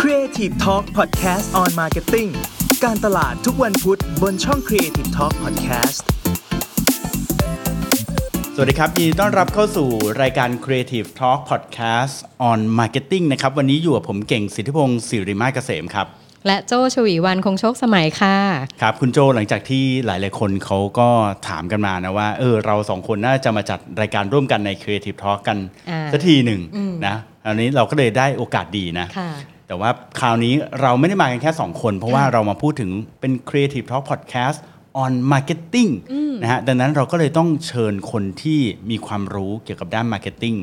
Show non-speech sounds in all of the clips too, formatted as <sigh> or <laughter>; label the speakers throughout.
Speaker 1: Creative Talk Podcast on Marketing การตลาดทุกวันพุธบนช่อง Creative Talk Podcast
Speaker 2: สวัสดีครับ ยินดีต้อนรับเข้าสู่รายการ Creative Talk Podcast on Marketing นะครับ วันนี้อยู่กับผมเก่งสิทธิพงศ์สิริมาเกษมครับ
Speaker 3: และโจชวีวันคงโชคสมัยค่ะ
Speaker 2: ครับ คุณโจหลังจากที่หลาย ๆ คนเขาก็ถามกันมานะว่า เออ เราสองคนน่าจะมาจัดรายการร่วมกันใน Creative Talk กัน
Speaker 3: อ่า
Speaker 2: สักทีหนึ่งนะอันนี้เราก็เลยได้โอกาสดีนะ
Speaker 3: ค่ะ
Speaker 2: แต่ว่าคราวนี้เราไม่ได้มากันแค่ 2 คน เพราะว่าเรามาพูดถึงเป็น Creative Talk Podcast on Marketing นะฮะดังนั้นเราก็เลยต้องเชิญคนที่มีความรู้เกี่ยวกับด้าน Marketing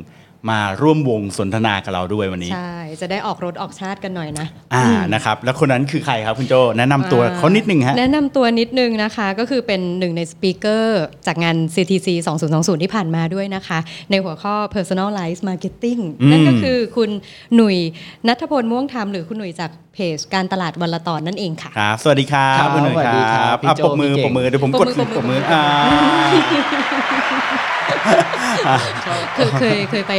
Speaker 2: มาร่วมวงสนทนากับเราด้วยวันนี้
Speaker 3: ใช่ จะได้ออกรถออกชาติกันหน่อยนะ
Speaker 2: อ่านะครับ แล้วคนนั้นคือใครครับคุณโจแนะนำตัว
Speaker 3: อ่
Speaker 2: เขานิดนึงฮะ
Speaker 3: แนะนำตัวนิดนึงนะคะ ก็คือเป็นหนึ่งในสปีกเกอร์จากงาน CTC 2020 ที่ผ่านมาด้วยนะคะ ในหัวข้อ Personalized Marketing
Speaker 2: อืม
Speaker 3: นั่นก็คือคุณหนุ่ยนัทพลม่วงธรรมหรือคุณหนุ่ยจากเพจการตลาดวันละตอนนั่นเองค่ะ
Speaker 2: ครับ สวัสดีครับ
Speaker 4: ครับ
Speaker 2: คุณหนุ่ย
Speaker 4: สวัสดีครับ บพี่
Speaker 2: อ่ะ
Speaker 4: โจ้
Speaker 2: ปรบมือ
Speaker 4: พี่
Speaker 2: ปร
Speaker 4: เก่
Speaker 2: ง บมือเดี๋ยวผมกด
Speaker 3: ปรบมือ
Speaker 2: ปร
Speaker 3: ปร
Speaker 2: บบมื
Speaker 3: มื
Speaker 2: อ
Speaker 3: อ
Speaker 2: อ่า
Speaker 3: เคยเค <laughs> ยเคยไป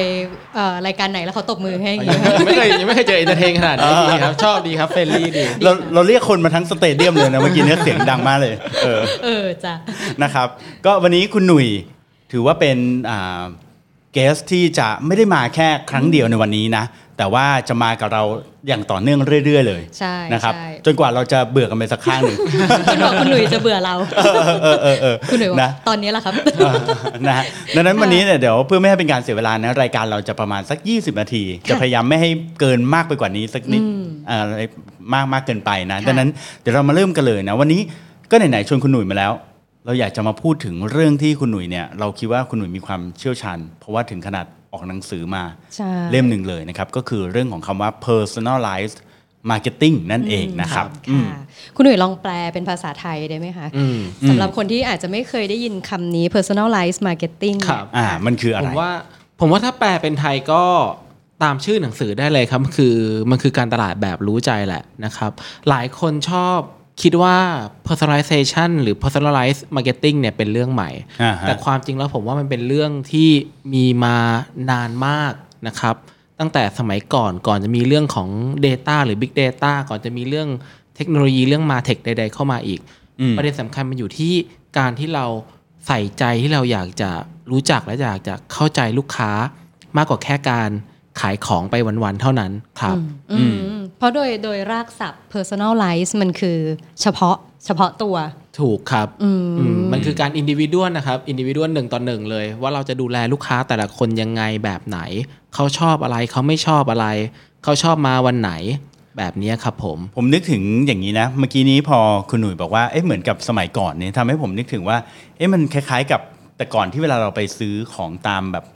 Speaker 3: เอ่อรายการไหนแล้วเขาตบมือให้อย่างเงี้ย
Speaker 4: ยังไม่เคยยังไม่เคยเจอเอนเตอร์เทนขนาดนี้ดีครับ ชอบดีครับเฟรนลี่ดี
Speaker 2: เราเราเรียกคนมาทั้งสเตเดียมเลยนะเมื่อกี้เนี่ยเสียงดังมากเลยเออ
Speaker 3: เออจ้ะ <laughs>
Speaker 2: <laughs> นะครับก็วันนี้คุณหนุ่ยถือว่าเป็นเกสที่จะไม่ได้มาแค่ครั้งเดียวในวันนี้นะ แต่ว่าจะมากับเราอย่างต่อเนื่องเรื่อย ๆ เลย
Speaker 3: ใช่
Speaker 2: นะครับ
Speaker 3: ใช่
Speaker 2: จนกว่าเราจะเบื่อกันไปสัก
Speaker 3: <laughs>
Speaker 2: ข้างหนึ่ง
Speaker 3: คุณบอกคุณหนุ่ยจะเบื่อ
Speaker 2: <laughs>
Speaker 3: เรา คุณหนุ่ยบอก
Speaker 2: นะ
Speaker 3: ตอนนี้แหละครับ
Speaker 2: เออนะฮะดังนั้นวันนี้เนี่ยเดี๋ยวเพื่อไม่ให้เป็นการเสียเวลานะรายการเราจะประมาณสัก 20 นาที จะพยายามไม่ให้เกินมากไปกว่านี้สักนิดเอ่ออะไรมากมากเกินไปนะ
Speaker 3: ค่ะ
Speaker 2: ดังนั้นเดี๋ยวเรามาเริ่มกันเลยนะวันนี้ก็ไหนๆชวนคุณหนุ่ยมาแล้ว เราอยากจะมาพูดถึงเรื่องที่คุณหนุ่ยเนี่ยเราคิดว่าคุณหนุ่ยมีความเชี่ยวชาญ เพราะว่าถึงขนาดออกหนังสือมา
Speaker 3: ใช่
Speaker 2: เล่มหนึ่งเลยนะครับก็คือเรื่องของคำว่า personalized marketing นั่นเองนะครับอืม
Speaker 3: ค่ะคุณหนุ่ยลองแปลเป็นภาษาไทยได้ไหมคะสำหรับคนที่อาจจะไม่เคยได้ยินคำนี้ personalized marketing
Speaker 4: ครับ
Speaker 2: อ่ามันคืออะ
Speaker 4: ผ
Speaker 2: ไร
Speaker 4: มว่าผมว่าถ้าแปลเป็นไทยก็ตามชื่อหนังสือได้เลยครับ คือมันคือการตลาดแบบรู้ใจแหละนะครับ หลายคนชอบคิดว่า personalization หรือ personalized marketing เนี่ยเป็นเรื่องใหม่
Speaker 2: อ่าฮะ
Speaker 4: แต่ความจริงแล้วผมว่ามันเป็นเรื่องที่มีมานานมากนะครับ ตั้งแต่สมัยก่อนก่อนจะมีเรื่องของ Data หรือ Big Data ก่อนจะมีเรื่องเทคโนโลยีเรื่องมาเทคใด ๆ เข้ามาอีก
Speaker 2: อืม
Speaker 4: ประเด็นสำคัญมันอยู่ที่การที่เราใส่ใจที่เราอยากจะรู้จักและอยากจะเข้าใจลูกค้ามากกว่าแค่การขายของไปวันๆเท่านั้นครับ
Speaker 3: อืมเพราะโดยโดยรากศัพท์ personalized มันคือเฉพาะเฉพาะตัว
Speaker 4: ถูกครับอืมมันคือการอินดิวิด a วนะครับอินดิวิด a วหนึ่งต่อหนึ่งเลย ว่าเราจะดูแลลูกค้าแต่ละคนยังไงแบบไหน เขาชอบอะไรเขาไม่ชอบอะไร เขาชอบมาวันไหนแบบเนี้ยครับผม
Speaker 2: ผมนึกถึงอย่างนี้นะ เมื่อกี้นี้พอคุณหนุ่ยบอกว่าเอ๊ะเหมือนกับสมัยก่อนเนี่ยทำให้ผมนึกถึงว่าเอ๊ะมันคล้ายๆกับแต่ก่อนที่เวลาเราไปซื้อของตามแบบ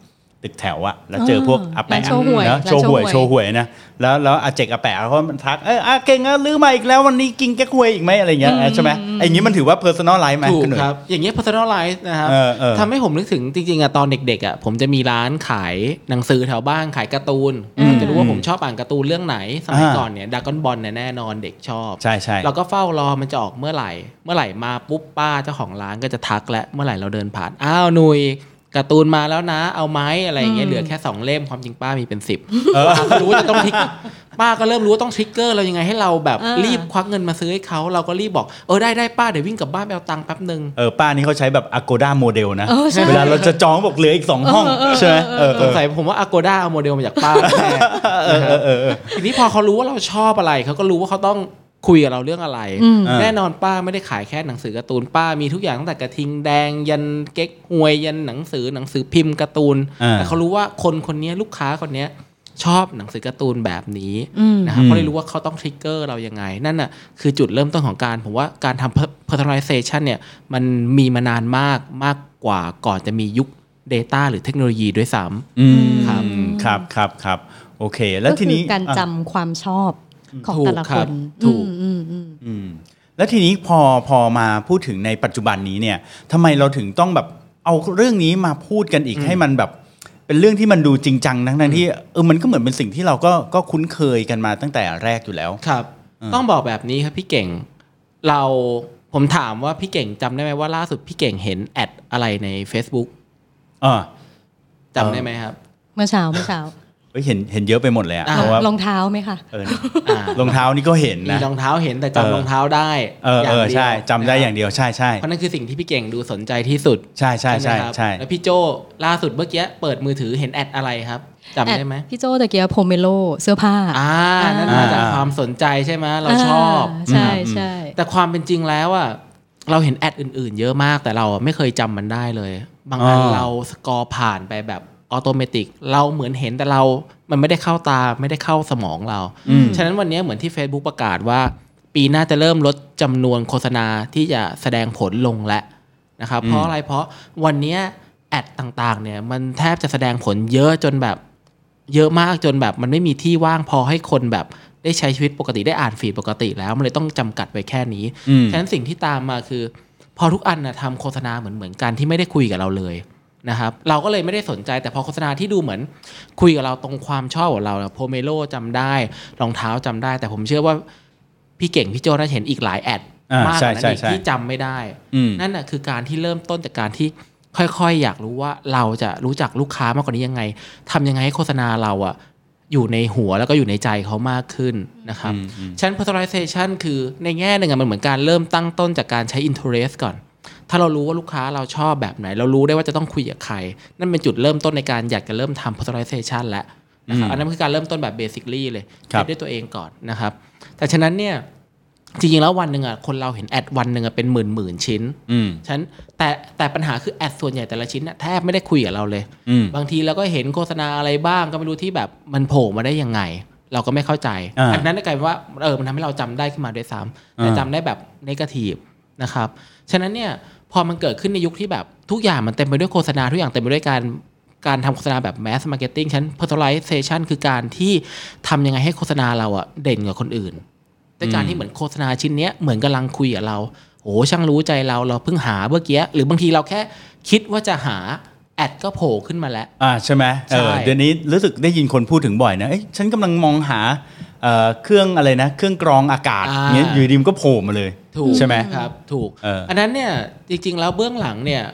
Speaker 2: ตึกแถวอะแล้วเจอพวกอาแปะ
Speaker 3: ร้านโชว์หวย
Speaker 2: เนอะ
Speaker 3: ร้าน
Speaker 2: โชว์หวย
Speaker 3: โชว์หวย
Speaker 2: โชว์หวยนะแล้วแล้วอาเจกอาแปะเขาทักเอออาเก่งอะลือมาอีกแล้ววันนี้กินแก้หวยอีกไหมอะไรเงี้ยใช่ไหมไอ้อย่างนี้มันถือว่า personal life ไหม
Speaker 4: ถูก
Speaker 2: ณหนุ่ย
Speaker 4: ครับ อย่างเงี้ย personalize นะครับ
Speaker 2: เออเออ
Speaker 4: ทำให้ผมนึกถึงจริงๆอะตอนเด็กๆอะผมจะมีร้านขายหนังสือแถวบ้านขายการ์ตูน
Speaker 3: อืม
Speaker 4: ผมจะรู้ว่าผมชอบอ่านการ์ตูนเรื่องไหน สมัย
Speaker 2: อ่า
Speaker 4: ก่อนเนี่ยดากอนบอลเนี่ยแน่นอนเด็กชอบ
Speaker 2: ใช่ใช่
Speaker 4: เราก็เฝ้ารอมันจะออกเมื่อไหร่ เมื่อไหร่มาปุ๊บป้าเจ้าของร้านก็จะทักและเมื่อไหร่เราเดินผ่าน อ้าวหนุยการ์ตูนมาแล้วนะ เอาไหมอะไรอย่างเงี้ยเหลือแค่สองเล่มความจริงป้ามีเป็นสิบป้าก็รู้ว่าจะต้องทริกป้าก็เริ่มรู้ว่าต้องทริกเกอร์เรายังไงให้เราแบบ
Speaker 3: อ่ารี
Speaker 4: รีบควักเงินมาซื้อให้เขาเราก็รีบบอกเออได้ได้ป้าเดี๋ยววิ่งกลับบ้านไปเอาตังค์แป๊บหนึ่ง
Speaker 2: เออป้านี่เขาใช้แบบ Agoda model นะ
Speaker 3: เออใช่
Speaker 2: เวลาเราจะจองบอกเหลืออีกสองห้องใช่ไหมเออเอ
Speaker 4: สง
Speaker 2: อ
Speaker 4: สัยผมว่า Agoda เอาโมเดลมาจาก
Speaker 2: <laughs>
Speaker 4: ป้าแน่ทีนี้พอเขารู้ว่าเราชอบอะไร เขาก็รู้ว่าเขาต้องคุยกับเราเรื่องอะไร
Speaker 3: อืม
Speaker 4: แน่นอนป้าไม่ได้ขายแค่หนังสือการ์ตูนป้ามีทุกอย่างตั้งแต่กระทิงแดง ยันเก๊กฮวยยันหนังสือหนังสือพิมพ์การ์ตูนแต่เขารู้ว่าคนคนนี้ลูกค้าคนนี้ชอบหนังสือการ์ตูนแบบนี้นะครับเขาเลยรู้ว่าเขาต้องทริกเกอร์เรายังไง นั่นน่ะคือจุดเริ่มต้นของการผมว่าการทำ personalization เนี่ยมันมีมานานมากมากกว่าก่อนจะมียุค Data หรือเทคโนโลยีด้วยซ้ำ
Speaker 2: อืม
Speaker 4: ครับ
Speaker 2: ครับครับครับโอเค แล้ว
Speaker 3: ก็
Speaker 2: ทีนี้
Speaker 3: คือการจำความชอบของแต่ละค
Speaker 4: ถูกค
Speaker 3: รับ น
Speaker 4: ถูก
Speaker 3: อืมอืมอืม
Speaker 2: อืมแล้วทีนี้พอพอมาพูดถึงในปัจจุบันนี้เนี่ยทำไมเราถึงต้องแบบเอาเรื่องนี้มาพูดกันอีกให้มันแบบ เป็นเรื่องที่มันดูจริงจังทั้งทั้งที่เออมันก็เหมือนเป็นสิ่งที่เราก็ก็คุ้นเคยกันมาตั้งแต่แรกอยู่แล้ว
Speaker 4: ครับ ต้องบอกแบบนี้ครับพี่เก่ง เราผมถามว่าพี่เก่งจำได้ไหมว่าล่าสุดพี่เก่งเห็นแอดอะไรใน Facebook
Speaker 2: เออ
Speaker 4: จำได้ไหมครับ
Speaker 3: เมื่อเช้าเมื่อเช้า
Speaker 2: เอ้ยเห็นเห็นเยอะไปหมดเลยอะ
Speaker 4: อ่ะ
Speaker 2: เพราะว่าร
Speaker 3: องเท้าไหมคะ
Speaker 2: เออ
Speaker 4: อ่า
Speaker 2: รองเท้านี่ก็เห็น
Speaker 4: มี
Speaker 2: นะ
Speaker 4: รองเท้าเห็นแต่
Speaker 2: เออ
Speaker 4: จำรองเท้าได้
Speaker 2: เออเออใช่จำได้อย่าง
Speaker 4: เดียว
Speaker 2: เดียวใช่ใช่
Speaker 4: เพราะนั่นคือสิ่งที่พี่เก่งดูสนใจที่สุด
Speaker 2: ใช่ใช่ใช่
Speaker 4: ไหมครับ
Speaker 2: ใช่
Speaker 4: แล้วพี่โจล่าสุดเมื่อกี้เปิดมือถือเห็นแอดอะไรครับจำได้ไหม
Speaker 3: แอพี่โจตะเกียบโพเมโลเสื้อผ้า
Speaker 4: อ่านั่นมาจากความสนใจใช่ไหมเราชอบ
Speaker 3: าใช่ใช่
Speaker 4: แต่ความเป็นจริงแล้วอ่ะเราเห็นแอดอื่นๆ เยอะมากแต่เราอะไม่เคยจำมันได้เลย บางอันเราสกอร์ผ่านไปแบบออโตเมติกเราเหมือนเห็นแต่เรา มันไม่ได้เข้าตาไม่ได้เข้าสมองเรา ฉะนั้นวันนี้เหมือนที่ Facebook ประกาศว่า ปีหน้าจะเริ่มลดจำนวนโฆษณาที่จะแสดงผลลงแล้วนะครับเพราะอะไรเพราะวันเนี้ยแอดต่างๆเนี่ยมันแทบจะแสดงผลเยอะจนแบบ เยอะมากจนแบบมันไม่มีที่ว่างพอให้คนแบบได้ใช้ชีวิตปกติได้อ่านฟีดปกติแล้ว มันเลยต้องจำกัดไว้แค่นี้
Speaker 2: อืม
Speaker 4: ฉะนั้นสิ่งที่ตามมาคือ พอทุกอันนะทำโฆษณาเหมือนเหมือนกันที่ไม่ได้คุยกับเราเลยนะครับ เราก็เลยไม่ได้สนใจแต่พอโฆษณาที่ดูเหมือนคุยกับเราตรงความชอบของเราโพเมโลจำได้รองเท้าจำได้ แต่ผมเชื่อว่าพี่เก่งพี่โจน่าจะเห็นอีกหลายแอด
Speaker 2: อ่าม
Speaker 4: ากก
Speaker 2: ใช่
Speaker 4: ว่านั้น
Speaker 2: ใช่
Speaker 4: อีก
Speaker 2: ใช่
Speaker 4: ที่จำไม่ได้
Speaker 2: อืม
Speaker 4: นั่นน่ะคือการที่เริ่มต้นจากการที่ค่อยๆ อยากรู้ว่าเราจะรู้จักลูกค้ามากกว่านี้ยังไงทำยังไงให้โฆษณาเราอะอยู่ในหัวแล้วก็อยู่ในใจเขามากขึ้นนะครับ
Speaker 2: อืมอืม
Speaker 4: ฉะนัน personalization คือในแง่หนึ่งอะมันเหมือนการเริ่มตั้งต้นจากการใช้ interest ก่อน ถ้าเรารู้ว่าลูกค้าเราชอบแบบไหน เรารู้ได้ว่าจะต้องคุยกับใคร นั่นเป็นจุดเริ่มต้นในการอยากจะเริ่มทำ personalization แล้วนะครับ
Speaker 2: อืม
Speaker 4: อันนั้นคือการเริ่มต้นแบบ basically เลย
Speaker 2: ครับ
Speaker 4: คิดด้วยตัวเองก่อนนะครับ แต่ฉะนั้นเนี่ย จริงๆแล้ววันหนึ่งอะคนเราเห็นแอดวันหนึ่งอะเป็นหมื่นหมื่นๆชิ้น
Speaker 2: อืม
Speaker 4: ฉันแต่แต่ปัญหาคือแอดส่วนใหญ่แต่ละชิ้นน่ะแทบไม่ได้คุยกับเราเลย
Speaker 2: อืม
Speaker 4: บางทีเราก็เห็นโฆษณาอะไรบ้างก็ไม่รู้ที่แบบมันโผล่มาได้ยังไง เราก็ไม่เข้าใจ
Speaker 2: อ่า
Speaker 4: อันนั้นกลายเป็นว่าเออมันทำให้เราจำได้ขึ้นมาด้วยซ้ำแต่
Speaker 2: อ่า
Speaker 4: จำได้แบบนกาทีฟนะครับฉะนั้นเนี่ยพอมันเกิดขึ้นในยุคที่แบบทุกอย่างมันเต็มไปด้วยโฆษณาทุกอย่างเต็มไปด้วยการการทำโฆษณาแบบแมสมาร์เก็ตติ้งฉัน personalization คือการที่ทำยังไงให้โฆษณาเราอะเด่นกว่าคนอื่น ด้วยการที่เหมือนโฆษณาชิ้นเนี้ยเหมือนกำลังคุยกับเราโอ้ช่างรู้ใจเราเราเพิ่งหาเมื่อกี้หรือบางทีเราแค่คิดว่าจะหาแอดก็โผล่ขึ้นมาแล้ว
Speaker 2: อ่าใช่ไหมเออ
Speaker 4: ใช่
Speaker 2: เดี๋ยวนี้รู้สึกได้ยินคนพูดถึงบ่อยนะเอ้ยฉันกำลังมองหาเอ่อเครื่องอะไรนะ เครื่องกรองอากาศ
Speaker 4: อ่า
Speaker 2: เงี้ยอยู่ดีมนก็โผล่มาเลย
Speaker 4: ถูก
Speaker 2: ใช่ไหม
Speaker 4: ครับ ถูก
Speaker 2: เอออั
Speaker 4: นนั้นเนี่ยจริงๆ แล้วเบื้องหลังเนี่ย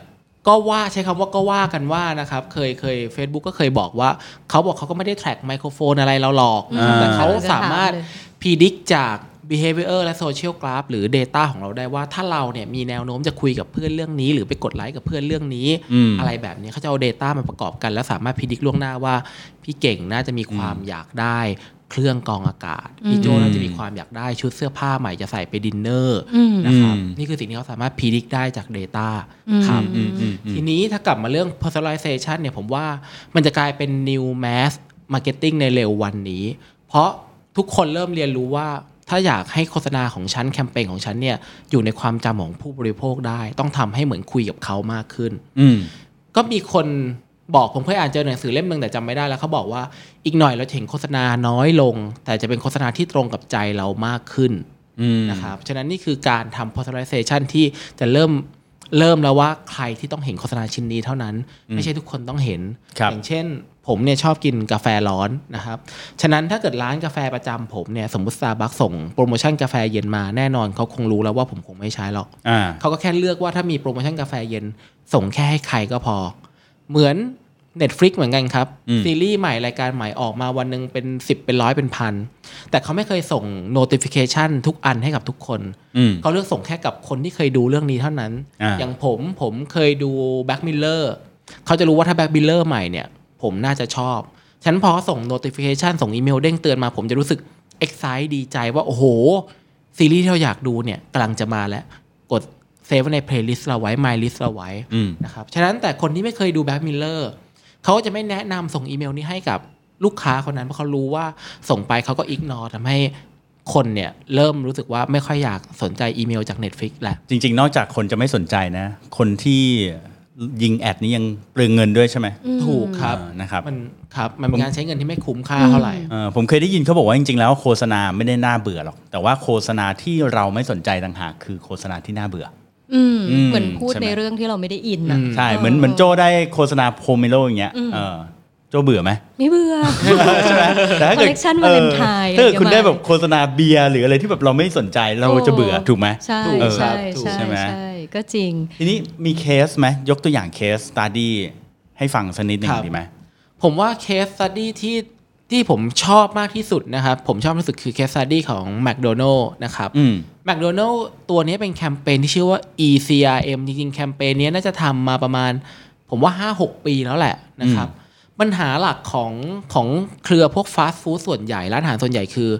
Speaker 4: ก็ว่าใช้คำว่าก็ว่ากันว่านะครับเคยเคย Facebook ก็เคยบอกว่าเขาบอกเขาก็ไม่ได้แทร็กไมโครโฟนอะไรเราหรอก
Speaker 3: อ่า
Speaker 4: แต่เขาสามารถ
Speaker 3: เลย
Speaker 4: พิดิกจาก behavior และ social graph หรือ data ของเราได้ว่าถ้าเราเนี่ยมีแนวโน้มจะคุยกับเพื่อนเรื่องนี้ หรือไปกดไลค์กับเพื่อนเรื่องนี้
Speaker 2: อืม
Speaker 4: อะไรแบบนี้เขาจะเอา data มาประกอบกันแล้วสามารถพิดิกล่วงหน้าว่า พี่เก่งน่าจะมีความอยากได้ เครื่องกรองอากาศ พี่โจน่าจะมีความอยากได้ชุดเสื้อผ้าใหม่จะใส่ไปดินเนอร์
Speaker 3: อืม
Speaker 4: นะครับนี่คือสิ่งที่เขาสามารถพิดิกได้จาก data ครับ
Speaker 2: อืมอืมอืม
Speaker 4: ทีนี้ถ้ากลับมาเรื่อง personalization เนี่ยผมว่ามันจะกลายเป็น new mass marketing ในเร็ววันนี้ เพราะทุกคนเริ่มเรียนรู้ว่า ถ้าอยากให้โฆษณาของฉัน แคมเปญของฉันเนี่ยอยู่ในความจำของผู้บริโภคได้ ต้องทำให้เหมือนคุยกับเขามากขึ้น
Speaker 2: อืม
Speaker 4: ก็มีคนบอกผมเคยอ่านเจอหนังสือเล่มหนึ่งแต่จำไม่ได้แล้วเขาบอกว่าอีกหน่อยเราจะเห็นโฆษณาน้อยลง แต่จะเป็นโฆษณาที่ตรงกับใจเรามากขึ้น
Speaker 2: อืม
Speaker 4: นะครับ ฉะนั้นนี่คือการทำ personalization ที่จะเริ่มเริ่มแล้วว่าใครที่ต้องเห็นโฆษณาชิ้นนี้เท่านั้น ไม่ใช่ทุกคนต้องเห็น
Speaker 2: ครับ
Speaker 4: อย่างเช่น ผมเนี่ยชอบกินกาแฟร้อนนะครับ ฉะนั้นถ้าเกิดร้านกาแฟประจำผมเนี่ยสมมติซาบักส่งโปรโมชั่นกาแฟเย็นมาแน่นอนเขาคงรู้แล้วว่าผมคงไม่ใช้หรอก
Speaker 2: อ่า
Speaker 4: เขาก็แค่เลือกว่าถ้ามีโปรโมชั่นกาแฟเย็น ส่งแค่ให้ใครก็พอ เหมือน Netflix เหมือนกันครับ
Speaker 2: อืม
Speaker 4: ซีรีส์ใหม่รายการใหม่ออกมาวันหนึ่งเป็น 10 เป็นร้อยเป็นพัน แต่เขาไม่เคยส่ง notification ทุกอันให้กับทุกคน
Speaker 2: อืม
Speaker 4: เขาเลือกส่งแค่กับคนที่เคยดูเรื่องนี้เท่านั้น
Speaker 2: อ่า
Speaker 4: อย่างผมผมเคยดู Black Miller เขาจะรู้ว่าถ้า Black Miller ใหม่เนี่ย ผมน่าจะชอบ ฉะนันพอเขาส่ง notification ส่งอีเมลเด้งเตือนมา ผมจะรู้สึก excite ดีใจว่า โอ้โห ซีรีส์ที่เราอยากดูเนี่ยกำลังจะมาแล้ว กดเซฟไว้ใน playlist เราไว้ my list เราไว้
Speaker 2: อืม
Speaker 4: นะครับ ฉะนั้นแต่คนที่ไม่เคยดูแบ็กมิลเลอร์เขาก็จะไม่แนะนำส่งอีเมลนี้ให้กับลูกค้าคนนั้น เพราะเขารู้ว่าส่งไปเขาก็อิกนอทำให้คนเนี่ยเริ่มรู้สึกว่าไม่ค่อยอยากสนใจอีเมลจาก Netflix แล้ว
Speaker 2: จริง ๆ นอกจากคนจะไม่สนใจนะ คนที่ยิงแอดนี้ยังเปลืองเงินด้วยใช่ไหม
Speaker 4: ถูกครับ
Speaker 2: อ่านะครับ
Speaker 4: มันครับ มันเป็นการใช้เงินที่ไม่คุ้มค่าเท่าไหร่
Speaker 2: เอ่อผมเคยได้ยินเขาบอกว่าจริงๆ แล้วโฆษณาไม่ได้น่าเบื่อหรอก แต่ว่าโฆษณาที่เราไม่สนใจต่างหากคือโฆษณาที่น่าเบื่อ
Speaker 3: อืม
Speaker 2: อืม
Speaker 3: เหมือนพูด
Speaker 2: ใช่ไหม
Speaker 3: ในเรื่องที่เราไม่ได้อินนะ
Speaker 4: อืม
Speaker 2: ใช่
Speaker 3: เออ
Speaker 2: เหมือนเหมือนโจได้โฆษณาโพเมโลอย่างเงี้ย
Speaker 3: อืม
Speaker 2: เออโจเบื่อไหม
Speaker 3: ไม่เบื่อ
Speaker 2: ใช่ไหมแต่ถ้าเกิด
Speaker 3: Collection
Speaker 2: ออ
Speaker 3: Valentine
Speaker 2: ถ้าเกิดคุณ
Speaker 3: เยอะมาก
Speaker 2: ได้แบบโฆษณาเบียร์หรืออะไรที่แบบเราไม่สนใจเราจะเบื่อถูกไหม
Speaker 3: ใช่
Speaker 4: เออ
Speaker 3: ใช่
Speaker 4: ถูก
Speaker 3: ใช่
Speaker 2: ใช่ไหม
Speaker 3: ใช่ก็จริง
Speaker 2: ทีนี้มีเคสไหมยกตัวอย่างเคสตาดี้ให้ฟังสักนิดหนึ่
Speaker 4: ค
Speaker 2: ง
Speaker 4: รับ
Speaker 2: ดีไหม
Speaker 4: ผมว่าเคส e ั t ดี้ที่ ที่ผมชอบมากที่สุดนะครับ ผมชอบที่สุดคือ case study ของ McDonald นะครับ
Speaker 2: อืม
Speaker 4: McDonald ตัวนี้เป็นแคมเปญที่ชื่อว่า ECRM จริงๆ แคมเปญนี้น่าจะทำมาประมาณ ผมว่า 5-6 ปีแล้วแหละนะครับ ปัญหาหลักของของเครือพวกฟาสต์ฟู้ดส่วนใหญ่ ร้านอาหารส่วนใหญ่คือ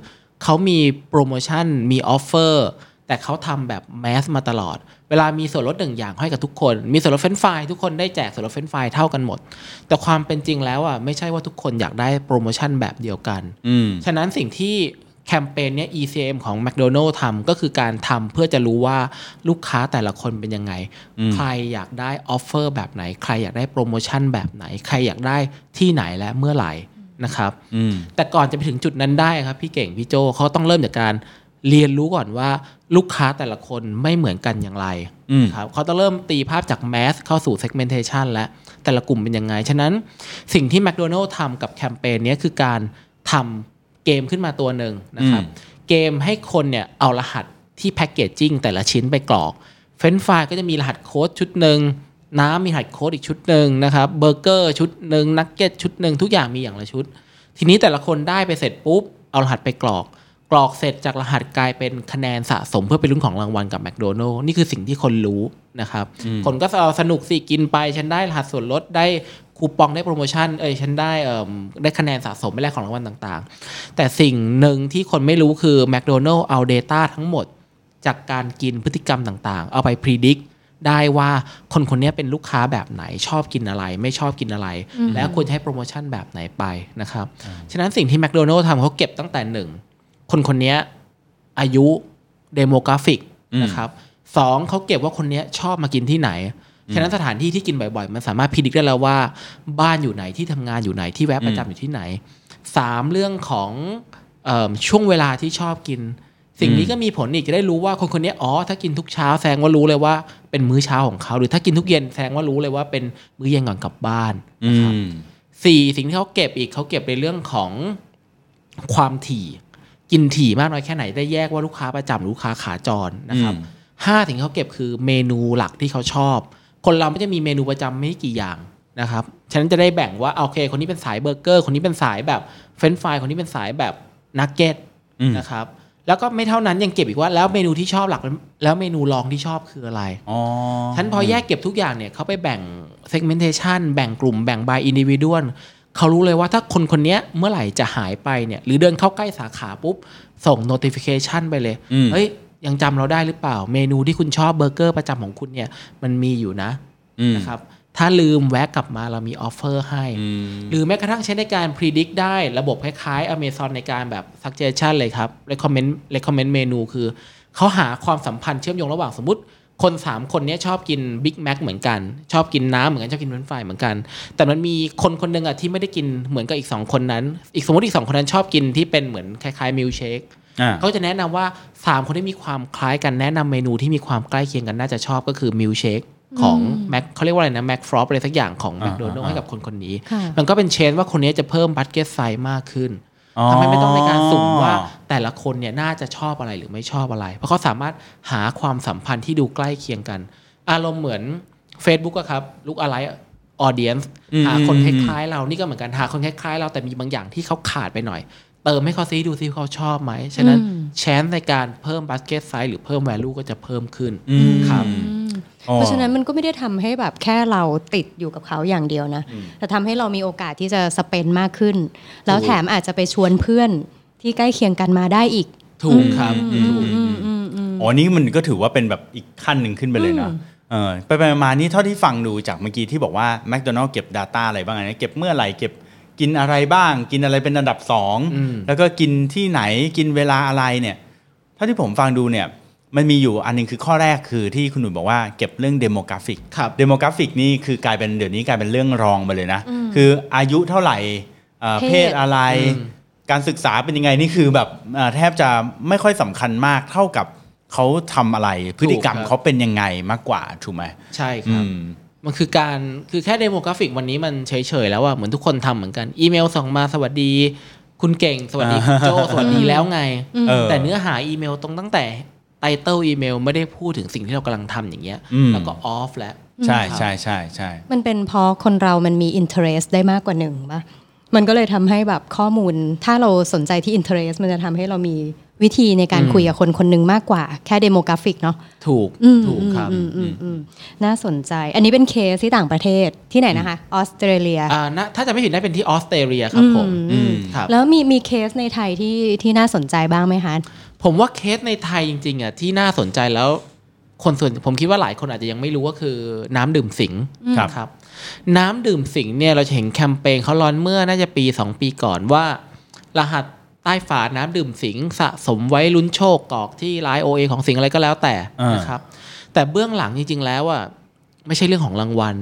Speaker 4: เขามีโปรโมชั่นมีออฟเฟอร์แต่เขาทำแบบแมสมาตลอด เวลามีส่วนลดหนึ่งอย่างให้กับทุกคน มีส่วนลดเฟ้นไฟรายทุกคนได้แจกส่วนลดเฟ้นไฟรายเท่ากันหมด แต่ความเป็นจริงแล้วอ่ะไม่ใช่ว่าทุกคนอยากได้โปรโมชั่นแบบเดียวกัน
Speaker 2: อืม
Speaker 4: ฉะนั้นสิ่งที่แคมเปญเนี้ย ECM ของ McDonald ทำก็คือการทำเพื่อจะรู้ว่าลูกค้าแต่ละคนเป็นยังไง ใครอยากได้ออฟเฟอร์แบบไหน ใครอยากได้โปรโมชั่นแบบไหน ใครอยากได้ที่ไหนและเมื่อไหร่นะครับ
Speaker 2: อืม
Speaker 4: แต่ก่อนจะไปถึงจุดนั้นได้ครับ พี่เก่ง พี่โจเขาต้องเริ่มจากการเรียนรู้ก่อนว่าลูกค้าแต่ละคนไม่เหมือนกันอย่างไร
Speaker 2: อืม
Speaker 4: ครับเขาต้องเริ่มตีภาพจากแมสเข้าสู่ segmentation และแต่ละกลุ่มเป็นยังไง ฉะนั้นสิ่งที่ McDonald ทำกับแคมเปญเนี้ยคือการทำเกมขึ้นมาตัวหนึ่งนะครับ เกมให้คนเนี่ยเอารหัสที่แพ็กเกจจิ้งแต่ละชิ้นไปกรอก เฟรนช์ฟรายก็จะมีรหัสโค้ดชุดหนึ่งน้ำมีรหัสโค้ดอีกชุดหนึ่งนะครับเบอร์เกอร์ชุดหนึ่งนักเก็ตชุดหนึ่งทุกอย่างมีอย่างละชุด ทีนี้แต่ละคนได้ไปเสร็จปุ๊บ เอารหัสไปกรอก กรอกเสร็จจากรหัสกลายเป็นคะแนนสะสมเพื่อไปลุ้นของรางวัลกับแมคโดนัลนี่คือสิ่งที่คนรู้นะครับ คนก็เอาสนุกสิกินไป ฉันได้รหัสส่วนลดได้คูปองได้โปรโมชั่นเอ้ยฉันได้เอิ่มได้คะแนนสะสมไปแลกของรางวัลต่างๆ แต่สิ่งหนึ่งที่คนไม่รู้คือแมคโดนัลเอา Data ทั้งหมด จากการกินพฤติกรรมต่างๆ เอาไปพิจิตรได้ว่าคนคนนี้เป็นลูกค้าแบบไหนชอบกินอะไร ไม่ชอบกินอะไร แล้วควรจะให้โปรโมชั่นแบบไหนไปนะครับ ฉะนั้นสิ่งที่แมคโดนัลล์ทำเขาเก็บตั้งแต่หนึ่งคนคนนี้อายุเดโมกราฟิก
Speaker 2: อืม
Speaker 4: นะครับสองเขาเก็บว่าคนนี้ชอบมากินที่ไหน ฉะนั้นสถานที่ที่กินบ่อยๆ มันสามารถพิจิตรได้แล้วว่า บ้านอยู่ไหนที่ทำงานอยู่ไหนที่แวะประจำอยู่ที่ไหนสามเรื่องของเอมช่วงเวลาที่ชอบกิน สิ่งนี้ก็มีผลอีกจะได้รู้ว่าคนคนนี้อ๋อถ้ากินทุกเช้าแสดงว่ารู้เลยว่าเป็นมื้อเช้าของเขาหรือถ้ากินทุกเย็นแสดงว่ารู้เลยว่าเป็นมื้อเย็นก่อนกลับบ้าน
Speaker 2: อื
Speaker 4: นะครับ
Speaker 2: ม
Speaker 4: สี่สิ่งที่เขาเก็บอีกเขาเก็บในเรื่องของความถี่ กินถี่มากน้อยแค่ไหนได้แยกว่าลูกค้าประจำหรือลูกค้าขาจรนะครับ
Speaker 2: อืม
Speaker 4: ห้าสิ่งที่เขาเก็บคือเมนูหลักที่เขาชอบ คนเราไม่จะมีเมนูประจำไม่กี่อย่างนะครับฉะนั้นจะได้แบ่งว่าโอเค คนนี้เป็นสายเบอร์เกอร์ คนนี้เป็นสายแบบเฟรนช์ฟรายคนนี้เป็นสายแบบนักเก็ต
Speaker 2: อืม
Speaker 4: นะครับแล้วก็ไม่เท่านั้นยังเก็บอีกว่าแล้วเมนูที่ชอบหลักแล้วเมนูรองที่ชอบคืออะไร
Speaker 2: อ๋อ
Speaker 4: ฉันพอแยกเก็บทุกอย่างเนี่ยเขาไปแบ่ง segmentation แบ่งกลุ่มแบ่ง by individual เขารู้เลยว่าถ้าคนคนเนี้ยเมื่อไหร่จะหายไปเนี่ยหรือเดินเข้าใกล้สาขาปุ๊บ ส่ง notification ไปเลย
Speaker 2: อืม
Speaker 4: เฮ้ย ยังจำเราได้หรือเปล่า เมนูที่คุณชอบเบอร์เกอร์ประจำของคุณเนี่ยมันมีอยู่นะ
Speaker 2: อืม
Speaker 4: นะครับถ้าลืมแวะกลับมาเรามีออฟเฟอร์ให้
Speaker 2: อืม
Speaker 4: หรือแม้กระทั่งใช้ในการ predict ได้ระบบคล้ายๆ Amazon ในการแบบ suggestion เลยครับ recommend recommend เมนูคือ เขาหาความสัมพันธ์เชื่อมโยงระหว่างสมมติ คน 3 คนเนี้ยชอบกิน Big Mac เหมือนกัน ชอบกินน้ำเหมือนกัน ชอบกินเฟรนช์ฟรายเหมือนกัน แต่มันมีคนคนหนึ่งอ่ะที่ไม่ได้กินเหมือนกับอีก 2 คนนั้น อีกสมมติอีก 2 คนนั้นชอบกินที่เป็นเหมือนคล้ายๆมิลเชค
Speaker 2: อ่า
Speaker 4: เขาจะแนะนำว่า 3 คนที่มีความคล้ายกันแนะนำเมนูที่มีความใกล้เคียงกันน่าจะชอบก็คือมิลเชคของแม็กเขาเรียกว่าอะไรนะแม็กฟรอปอะไรสักอย่างของแม
Speaker 2: อ่า
Speaker 4: คโดนัล
Speaker 2: อ่า
Speaker 4: ให้กับคนคนนี้
Speaker 3: ค่ะ
Speaker 4: มันก็เป็นเชนว่าคนนี้จะเพิ่มบัตเก็ตไซส์มากขึ้น
Speaker 2: อ๋อ
Speaker 4: ทำให้ไม่ต้องในการสุ่มว่าแต่ละคนเนี่ยน่าจะชอบอะไรหรือไม่ชอบอะไร เพราะเขาสามารถหาความสัมพันธ์ที่ดูใกล้เคียงกัน อารมณ์เหมือน Facebook อะครับลูกอะไรออเดียน
Speaker 2: อืม
Speaker 4: หาคนคล้ายๆเรานี่ก็เหมือนกันหาคนคล้ายๆเราแต่มีบางอย่างที่เขาขาดไปหน่อย เติมให้เขาซีดูซิเขาชอบไหมฉะนั้น
Speaker 3: อืม
Speaker 4: แชนในการเพิ่มบัตเก็ตไซส์หรือเพิ่ม value ก็จะเพิ่มขึ้น
Speaker 2: อืม
Speaker 4: ครับ
Speaker 3: อืม
Speaker 2: อ๋อ
Speaker 3: เพราะฉะนั้นมันก็ไม่ได้ทำให้แบบแค่เราติดอยู่กับเขาอย่างเดียวนะ แต่ทำให้เรามีโอกาสที่จะสเปนมากขึ้น แล้วแถมอาจจะไปชวนเพื่อนที่ใกล้เคียงกันมาได้อีก
Speaker 4: ถูกครับ
Speaker 2: อืม
Speaker 4: ถูก
Speaker 3: อืมอืมอืม
Speaker 2: อ๋อนี่มันก็ถือว่าเป็นแบบอีกขั้นหนึ่งขึ้นไปเลยเนอะเออไปไปมานี่เท่าที่ฟังดูจากเมื่อกี้ที่บอกว่า McDonald เก็บ Data อะไรบ้างนะเก็บเมื่อไหร่เก็บกินอะไรบ้าง กินอะไรเป็นอันดับ
Speaker 4: อืม
Speaker 2: 2 แล้วก็กินที่ไหนกินเวลาอะไรเนี่ย เท่าที่ผมฟังดูเนี่ยมันมีอยู่อันหนึงคือข้อแรกคือที่คุณหนุ่มบอกว่าเก็บเรื่องเดโมกราฟิก
Speaker 4: ครับ
Speaker 2: เดโมกราฟิกนี่คือกลายเป็นเดี๋ยวนี้กลายเป็นเรื่องรองไปเลยนะ คืออายุเท่าไหร่เอ่อเพ
Speaker 3: เพ
Speaker 2: ศ
Speaker 3: ศ
Speaker 2: อะไร
Speaker 4: อืม
Speaker 2: การศึกษาเป็นยังไงนี่คือแบบเอ่อแทบจะไม่ค่อยสำคัญมากเท่ากับเขาทำอะไร พฤติกรรมเขาเป็นยังไงมากกว่าถูกไหม
Speaker 4: ใช่ค
Speaker 2: อื
Speaker 4: รับ
Speaker 2: ม
Speaker 4: มันคือการคือแค่เดโมกราฟิกวันนี้มันเฉยๆแล้วอะเหมือนทุกคนทำเหมือนกัน อีเมลส่งมาสวัสดี คุณเก่งสวัสดีคุณโจสวัสดีแล้วไง
Speaker 2: เออ
Speaker 4: แต่เนื้อหาอีเมลตรงตั้งแต่ไตเติลอีเมลไม่ได้พูดถึงสิ่งที่เรากำลังทำอย่างเงี้ย
Speaker 2: อืม
Speaker 4: แล้วก็ออฟแล้ว
Speaker 2: ใช่ใช่ใช่ใช่
Speaker 3: มันเป็นเพราะคนเรามันมี interest ได้มากกว่าหนึ่งปะ มันก็เลยทำให้แบบข้อมูล ถ้าเราสนใจที่ interest มันจะทำให้เรามีวิธีในการคุยกับคนคนหนึ่งมากกว่าแค่ demographic เนาะ
Speaker 4: ถูก
Speaker 3: อืม
Speaker 4: ถูกครับ
Speaker 3: อืมอืมอืมน่าสนใจ อันนี้เป็นเคสที่ต่างประเทศที่ไหนนะคะ ออสเตรเลีย
Speaker 4: อ่านะถ้าจะไม่ผิดน่าเป็นที่ออสเตรเลียครับผม
Speaker 3: อืม
Speaker 4: อืมครับ
Speaker 3: แล้วมีมีเคสในไทยที่ที่น่าสนใจบ้างไหมคะ
Speaker 4: ผมว่าเคสในไทยจริงๆอ่ะที่น่าสนใจแล้ว คนส่วนผมคิดว่าหลายคนอาจจะยังไม่รู้ก็คือน้ำดื่มสิง
Speaker 2: ครับ
Speaker 4: ครับ น้ำดื่มสิงเนี่ยเราจะเห็นแคมเปญเขาร้อนเมื่อน่าจะปี 2 ปีก่อนว่า รหัสใต้ฝาน้ำดื่มสิงสะสมไว้ลุ้นโชคกอกที่ร้ายโอเอของสิงอะไรก็แล้วแต่
Speaker 2: อ่าน
Speaker 4: นะครับ แต่เบื้องหลังจริงๆแล้วอ่ะไม่ใช่เรื่องของรางวัล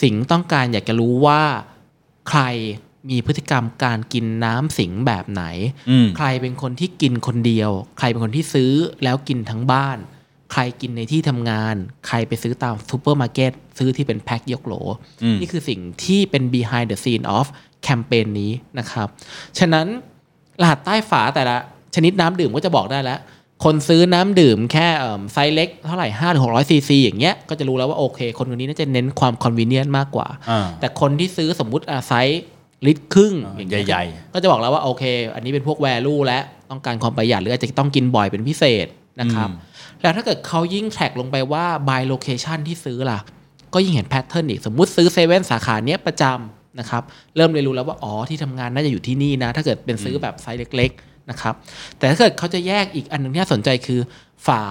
Speaker 4: สิงต้องการอยากจะรู้ว่าใครมีพฤติกรรมการกินน้ำสิงแบบไหน
Speaker 2: อืม
Speaker 4: ใครเป็นคนที่กินคนเดียว ใครเป็นคนที่ซื้อแล้วกินทั้งบ้าน ใครกินในที่ทำงาน ใครไปซื้อตามซูเปอร์มาร์เก็ตซื้อที่เป็นแพ็คยกโหล
Speaker 2: อืม
Speaker 4: นี่คือสิ่งที่เป็น behind the scene of แคมเปญนี้นะครับ ฉะนั้นรหัสใต้ฝาแต่ละ ชนิดน้ำดื่มก็จะบอกได้แล้ว คนซื้อน้ำดื่มแค่เอิ่มไซส์เล็กเท่าไหร่5 6 0 0ซีซีอย่างเงี้ยก็จะรู้แล้วว่าโอเค คนคนนี้น่าจะเน้นความ convenient มากกว่า
Speaker 2: อ่า
Speaker 4: แต่คนที่ซื้อสมมุติอ่ะไซส์ลิตรครึ่ง
Speaker 2: อ่า
Speaker 4: อย่างเงี้ย
Speaker 2: ใหญ่
Speaker 4: ก็จะบอกแล้วว่าโอเค อันนี้เป็นพวกแวลูและต้องการความประหยัดหรืออาจจะต้องกินบ่อยเป็นพิเศษนะครับ แล้วถ้าเกิดเขายิ่งแทร็กลงไปว่า by location ที่ซื้อล่ะ ก็ยิ่งเห็นแพทเทิร์นอีก สมมุติซื้อเซเว่นสาขาเนี้ยประจำนะครับ เริ่มเรียนรู้แล้วว่า อ๋อ ที่ทำงานน่าจะอยู่ที่นี่นะ ถ้าเกิดเป็นซื้อแบบไซส์เล็ก ๆ นะครับ แต่ถ้าเกิดเขาจะแยกอีกอันหนึงที่น่าสนใจคือ ฝา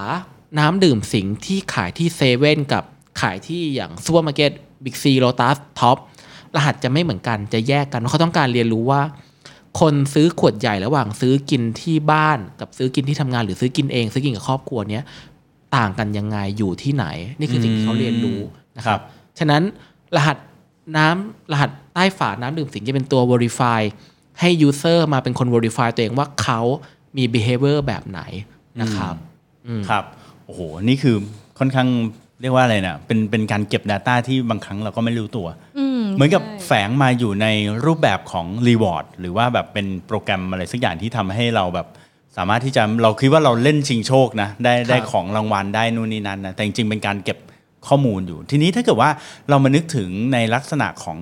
Speaker 4: น้ำดื่มสิงที่ขายที่เซเว่นกับขายที่อย่างซูเปอร์มาร์เก็ตบิ๊กซีโลตัสท็อปรหัสจะไม่เหมือนกันจะแยกกันเพราะเขาต้องการเรียนรู้ว่า คนซื้อขวดใหญ่ระหว่างซื้อกินที่บ้านกับซื้อกินที่ทำงานหรือซื้อกินเอง ซื้อกินกับครอบครัวเนี้ยต่างกันยังไงอยู่ที่ไหน นี่คือสิ่งที่เขาเรียนรู้นะค
Speaker 2: ครั
Speaker 4: รับ
Speaker 2: บ
Speaker 4: ฉะนั้นรหัสน้ำรหัสใต้ฝาน้ำดื่มสิงจะเป็นตัว verify ให้ user มาเป็นคน verify ตัวเองว่าเขามี behavior แบบไหนนะครับ
Speaker 2: ครับ โอ้โห นี่คือค่อนข้างเรียกว่าอะไรนะเป็นเป็นการเก็บ Data ที่บางครั้งเราก็ไม่รู้ตัว
Speaker 3: อืม
Speaker 2: เหมือนกับ
Speaker 3: ใช่
Speaker 2: แฝงมาอยู่ในรูปแบบของรีวอร์ดหรือว่าแบบเป็นโปรแกรมอะไรสักอย่างที่ทำให้เราแบบ สามารถที่จะเราคิดว่าเราเล่นชิงโชคนะ ได้ได้
Speaker 4: ครับ
Speaker 2: ของรางวัลได้นู่นนี่นั่นนะแต่จริงๆเป็นการเก็บข้อมูลอยู่ ทีนี้ถ้าเกิดว่าเรามานึกถึงในลักษณะของ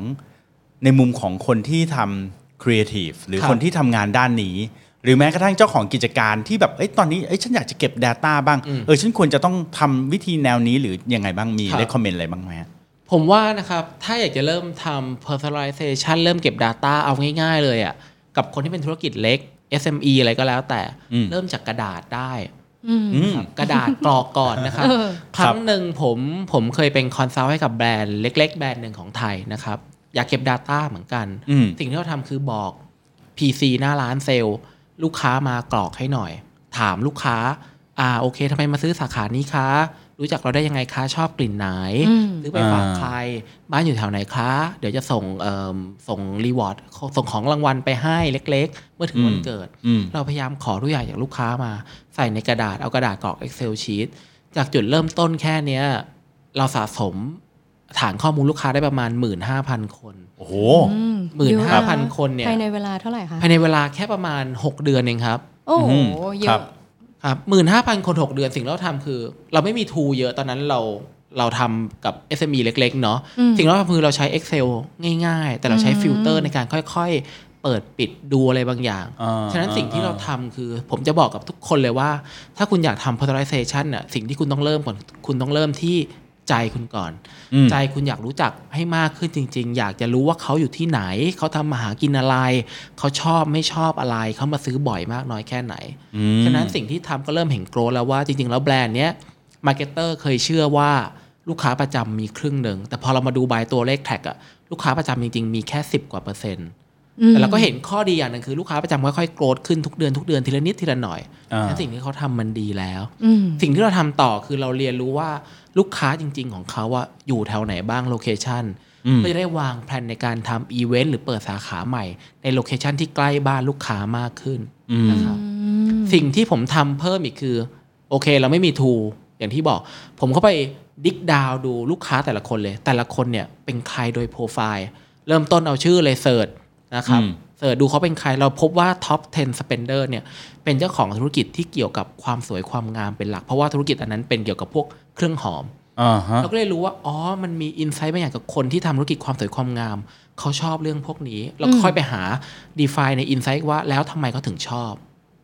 Speaker 2: ในมุมของคนที่ทำครีเอทีฟหรือ
Speaker 4: ครับ
Speaker 2: คนที่ทำงานด้านนี้ หรือแม้กระทั่งเจ้าของกิจการที่แบบเอ้ยตอนนี้เอ้ยฉันอยากจะเก็บ Data บ้างเออฉันควรจะต้องทำวิธีแนวนี้หรือยังไงบ้างมีเลคคอมเมนต์อะไรบ้างไหมฮะ
Speaker 4: ผมว่านะครับ ถ้าอยากจะเริ่มทำ personalization เริ่มเก็บ Data เอาง่าย ๆ เลยอะ่ะ กับคนที่เป็นธุรกิจเล็ก SME อะไรก็แล้วแต่
Speaker 2: อืม
Speaker 4: เริ่มจากกระดาษได้
Speaker 2: อืม
Speaker 4: กระดาษกรอกก่อนนะครับ
Speaker 3: เออ
Speaker 4: ครั้งหนึ่งผมผมเคยเป็นคอนซัลท์ให้กับแบรนด์เล็ก ๆ แบรนด์หนึ่งของไทยนะครับ อยากเก็บ Data เหมือนกัน
Speaker 2: อืม
Speaker 4: สิ่งที่เราทำคือบอก PC หน้าร้านเซลล์ ลูกค้ามากรอกให้หน่อย ถามลูกค้า อ่าโอเคทำไมมาซื้อสาขานี้คะรู้จักเราได้ยังไงคะชอบกลิ่นไหน
Speaker 3: อืม
Speaker 4: ซื้อไปฝากใคร บ้านอยู่แถวไหนคะ เดี๋ยวจะส่งเอิ่มส่งรีวอร์ดส่งของรางวัลไปให้เล็ก ๆ เมื่อถึงวันเกิด
Speaker 2: อืม
Speaker 4: เราพยายามขอทุกอย่างจากลูกค้ามาใส่ในกระดาษเอากระดาษกรอก Excel sheet จากจุดเริ่มต้นแค่เนี้ย เราสะสมฐานข้อมูลลูกค้าได้ประมาณ 15,000 คน
Speaker 2: โอ้โห
Speaker 3: อืม
Speaker 4: หมื่น
Speaker 3: เยอะะ
Speaker 4: ห้าพันคนเนี่ย
Speaker 3: ภายในเวลาเท่าไหร่คะ
Speaker 4: ภายในเวลาแค่ประมาณ 6 เดือนเองครับ
Speaker 3: โอ้โห
Speaker 2: อืม
Speaker 3: เย
Speaker 2: ครั
Speaker 3: อะ
Speaker 2: บ
Speaker 4: ครับหมื่นห้าพันคน 6 เดือนสิ่งที่เราทำคือ เราไม่มีทูเยอะตอนนั้นเราเราทำกับ SME เล็ก ๆ เนาะ
Speaker 3: อืม
Speaker 4: สิ่งที่เราทำคือเราใช้ Excel ง่าย ๆ แต่เราใช้
Speaker 3: อืม
Speaker 4: ฟิลเตอร์ในการค่อยๆ เปิดปิดดูอะไรบางอย่าง
Speaker 2: อ่า
Speaker 4: ฉะนั้นสิ่งที่
Speaker 2: อ่า
Speaker 4: เราทำคือ ผมจะบอกกับทุกคนเลยว่า ถ้าคุณอยากทำ personalization น่ะสิ่งที่คุณต้องเริ่มก่อนคุณต้องเริ่มที่ใจคุณก่อน
Speaker 2: อืม
Speaker 4: ใจคุณอยากรู้จักให้มากขึ้นจริง ๆ อยากจะรู้ว่าเขาอยู่ที่ไหน เขาทำมาหากินอะไร เขาชอบไม่ชอบอะไรเขามาซื้อบ่อยมากน้อยแค่ไหน
Speaker 2: อืม
Speaker 4: ฉะนั้นสิ่งที่ทำก็เริ่มเห็นโกรธแล้วว่าจริง ๆ แล้วแบรนด์เนี้ยมาร์เก็ตเตอร์เคยเชื่อว่าลูกค้าประจำมีครึ่งหนึ่ง แต่พอเรามาดูบายตัวเลขแท็กอะลูกค้าประจำจริง ๆ มีแค่ 10 กว่าเปอร์เซ็นต์
Speaker 3: อืม
Speaker 4: แต่เราก็เห็นข้อดีอย่างหนึ่งคือลูกค้าประจำค่อยๆโกรธขึ้นทุกเดือนทุกเดือนทีละนิดทีละหน่อย
Speaker 2: อ่า
Speaker 4: ฉะนั้นสิ่งที่เขาทำมันดีแล้ว
Speaker 3: อืม
Speaker 4: สิ่งที่เราทำต่อคือเราเรียนรู้ว่าลูกค้าจริง ๆ ของเขาว่าอยู่แถวไหนบ้างโลเคชัน
Speaker 2: อืม
Speaker 4: เพื่อจะได้วางแผนในการทำอีเวนต์หรือเปิดสาขาใหม่ ในโลเคชันที่ใกล้บ้านลูกค้ามากขึ้น
Speaker 2: อืม
Speaker 4: นะครับ สิ่งที่ผมทำเพิ่มอีกคือ โอเคเราไม่มีทูอย่างที่บอก ผมเข้าไปดิกดาวดูลูกค้าแต่ละคนเลย แต่ละคนเนี่ยเป็นใครโดยโปรไฟล์เริ่มต้นเอาชื่อเลยเสิร์ชนะครับ
Speaker 2: อืม
Speaker 4: เสิร์ชดูเขาเป็นใครเราพบว่าท็อป 10 spender เนี่ยเป็นเจ้าของธุรกิจที่เกี่ยวกับความสวยความงามเป็นหลัก เพราะว่าธุรกิจอันนั้นเป็นเกี่ยวกับพวกเครื่องหอม
Speaker 2: อ่าฮะ
Speaker 4: เราก็เลยรู้ว่า อ๋อ มันมีอินไซต์บางอย่างกับคนที่ทำธุรกิจความสวยความงาม เขาชอบเรื่องพวกนี้ เราก็ค่อยไปหา define ในอินไซต์ว่าแล้วทำไมเขาถึงชอบ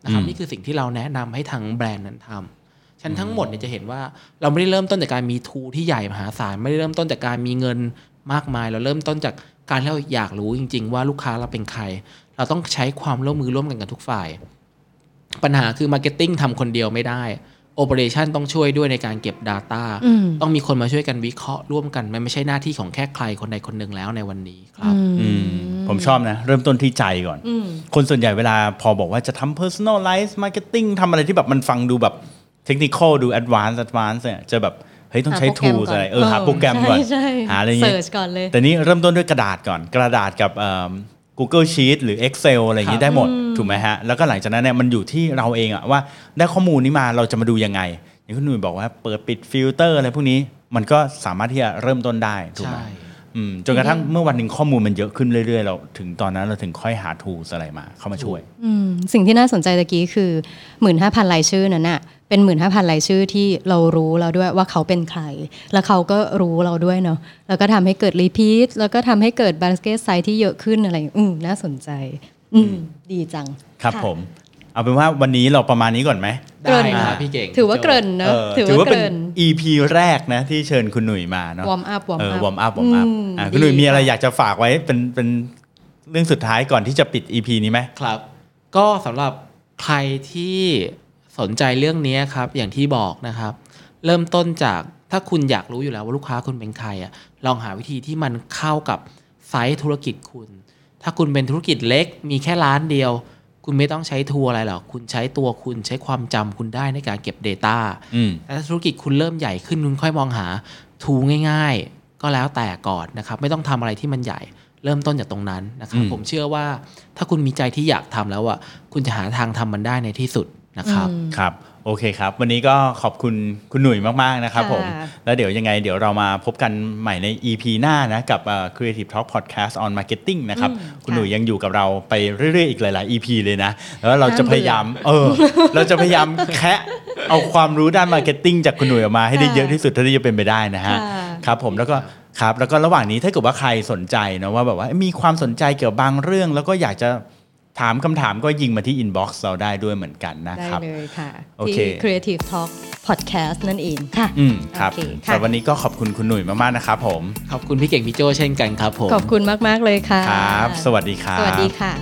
Speaker 4: นะครับ
Speaker 2: อืม
Speaker 4: นี่คือสิ่งที่เราแนะนำให้ทางแบรนด์นั้นทำฉะนันทั้งหมดเนี่ยจะเห็นว่าเราไม่ได้เริ่มต้นจากการมีทูที่ใหญ่มหาศาลไม่ได้เริ่มต้นจากการมีเงินมากมาย เราเริ่มต้นจากการที่เราอยากรู้จริง ๆ ว่าลูกค้าเราเป็นใคร เราต้องใช้ความร่วมมือร่วมกันกับทุกฝ่าย ปัญหาคือมาร์เก็ตติ้งทำคนเดียวไม่ได้โอเปอเรชันต้องช่วยด้วยในการเก็บ Data
Speaker 3: อืม
Speaker 4: ต้องมีคนมาช่วยกันวิเคราะห์ร่วมกัน มันไม่ใช่หน้าที่ของแค่ใครคนใดคนหนึ่งแล้วในวันนี้ครับ
Speaker 2: อืมผมชอบนะ เริ่มต้นที่ใจก่อน
Speaker 3: อืม
Speaker 2: คนส่วนใหญ่เวลาพอบอกว่าจะทำ personalize marketing ทำอะไรที่แบบมันฟังดูแบบเทคนิคดู advanced advanced เนี่ยจะแบบ เฮ้ย ต้องใช้
Speaker 3: หาโปรแกรม
Speaker 2: tools
Speaker 3: ก่อน
Speaker 2: อะไรเออหาโปรแกรม
Speaker 3: เออ
Speaker 2: ก่อน
Speaker 3: ใช่
Speaker 2: หาอะไรเงี้ย
Speaker 3: เสิร์ชก่อนเลย
Speaker 2: แต่นี้เริ่มต้นด้วยกระดาษก่อน กระดาษกับเอิ่ม Google Sheet หรือ Excel อะไรอย่างนี้
Speaker 4: ครับ
Speaker 2: ได้หมด ถูกไหมฮะ แล้วก็หลังจากนั้นเนี่ยมันอยู่ที่เราเองอะว่าได้ข้อมูลนี้มาเราจะมาดูยังไง อย่างคุณหนุ่ยบอกว่าเปิดปิดฟิลเตอร์อะไรพวกนี้มันก็สามารถที่จะเริ่มต้นได้ถูกไหม
Speaker 4: ใช่
Speaker 2: อืมจนกระทั่งเมื่อวันหนึ่งข้อมูลมันเยอะขึ้นเรื่อยๆ เราถึงตอนนั้นเราถึงค่อยหาทูสอะไรมาเข้ามาช่วย
Speaker 3: อืมสิ่งที่น่าสนใจตะกี้คือ 15,000รายชื่อนั้นน่ะเป็น 15,000รายชื่อที่เรารู้แล้วด้วยว่าเขาเป็นใคร แล้วเขาก็รู้เราด้วยเนาะแล้วก็ทำให้เกิดรีพีทแล้วก็ทำให้เกิดบาสเกตไซส์ที่เยอะขึ้นอะไรอย่างอืมน่าสนใจ อืมดีจัง
Speaker 2: ครับ
Speaker 3: ะ
Speaker 2: ผม เอาเป็นว่าวันนี้เราประมาณนี้ก่อนไหม
Speaker 4: ได้ครับพี่เก่ง
Speaker 3: ถือว่าเกริ่นเนอะ
Speaker 2: เออ
Speaker 3: ถือว่าเก
Speaker 2: เป็น
Speaker 3: ริ่น
Speaker 2: EP แรกนะ ที่เชิญคุณหนุ่ยมาเนาะ
Speaker 3: วอร์มอัพวอร์ม
Speaker 2: เออ
Speaker 3: อัพ
Speaker 2: วอร์มอัพวอร์มอัพอ่ะคุณหนุ่ยมีอะไรอยากจะฝากไว้เป็นเป็นเรื่องสุดท้ายก่อนที่จะปิด EP นี้ไหม
Speaker 4: ครับ ก็สำหรับใครที่สนใจเรื่องนี้ครับ อย่างที่บอกนะครับ เริ่มต้นจากถ้าคุณอยากรู้อยู่แล้วว่าลูกค้าคุณเป็นใครอะลองหาวิธีที่มันเข้ากับไซส์ธุรกิจคุณ ถ้าคุณเป็นธุรกิจเล็ก มีแค่ร้านเดียว คุณไม่ต้องใช้ทัวร์อะไรหรอกคุณใช้ตัวคุณใช้ความจำคุณได้ในการเก็บ Data
Speaker 2: อืม
Speaker 4: แต่ถ้าธุรกิจคุณเริ่มใหญ่ขึ้นคุณค่อยมองหาทูง่าย ๆ ก็แล้วแต่ก่อนนะครับ ไม่ต้องทำอะไรที่มันใหญ่ เริ่มต้นจากตรงนั้นนะครับ ผมเชื่อว่าถ้าคุณมีใจที่อยากทำแล้วอ่ะคุณจะหาทางทำมันได้ในที่สุดนะครับ
Speaker 2: ครับ โอเคครับ วันนี้ก็ขอบคุณคุณหนุ่ยมาก ๆ นะครับ
Speaker 3: ค่ะ
Speaker 2: ผม แล้วเดี๋ยวยังไงเดี๋ยวเรามาพบกันใหม่ใน EP หน้านะ กับเอ่อ Creative Talk Podcast on Marketing นะครับ
Speaker 3: อืม
Speaker 2: คุณ
Speaker 3: ค่ะ
Speaker 2: หนุ่ยยังอยู่กับเราไปเรื่อย ๆ อีกหลาย ๆ EP เลยนะ แล้วเราจะ
Speaker 3: ห้าม
Speaker 2: พ
Speaker 3: เบื่อ
Speaker 2: ยายามเอ <laughs> อ เราจะพยายามแคะเอาความรู้ด้าน Marketing จากคุณหนุ่ยออกมาให้ได้
Speaker 3: ค่ะ
Speaker 2: เยอะที่สุดเท่าที่จะเป็นไปได้นะฮะ
Speaker 3: ค่ะ
Speaker 2: ครับผมแล้วก็ครับแล้วก็ระหว่างนี้ถ้าเกิดว่าใครสนใจนะว่าแบบว่ามีความสนใจเกี่ยวกับบางเรื่อง แล้วก็อยากจะถามคำถามก็ยิงมาที่ inbox เราได้ด้วยเหมือนกันนะ
Speaker 3: ได้
Speaker 2: ครับ
Speaker 3: เลยค่ะ
Speaker 2: โอ
Speaker 3: ที่
Speaker 2: เค
Speaker 3: Creative Talk Podcast นั่นเองค่ะ
Speaker 2: อืมครับ
Speaker 3: โอเะ
Speaker 2: แต่วันนี้ก็ขอบคุณคุณหนุ่ยมาก ๆ นะครับผม
Speaker 4: ขอบคุณพี่เก่งพี่โจเช่นกันครับผม
Speaker 3: ขอบคุณมาก ๆ เลยค่ะ
Speaker 2: ครับ สวัสดีครับ
Speaker 3: สวัสดีค่ะ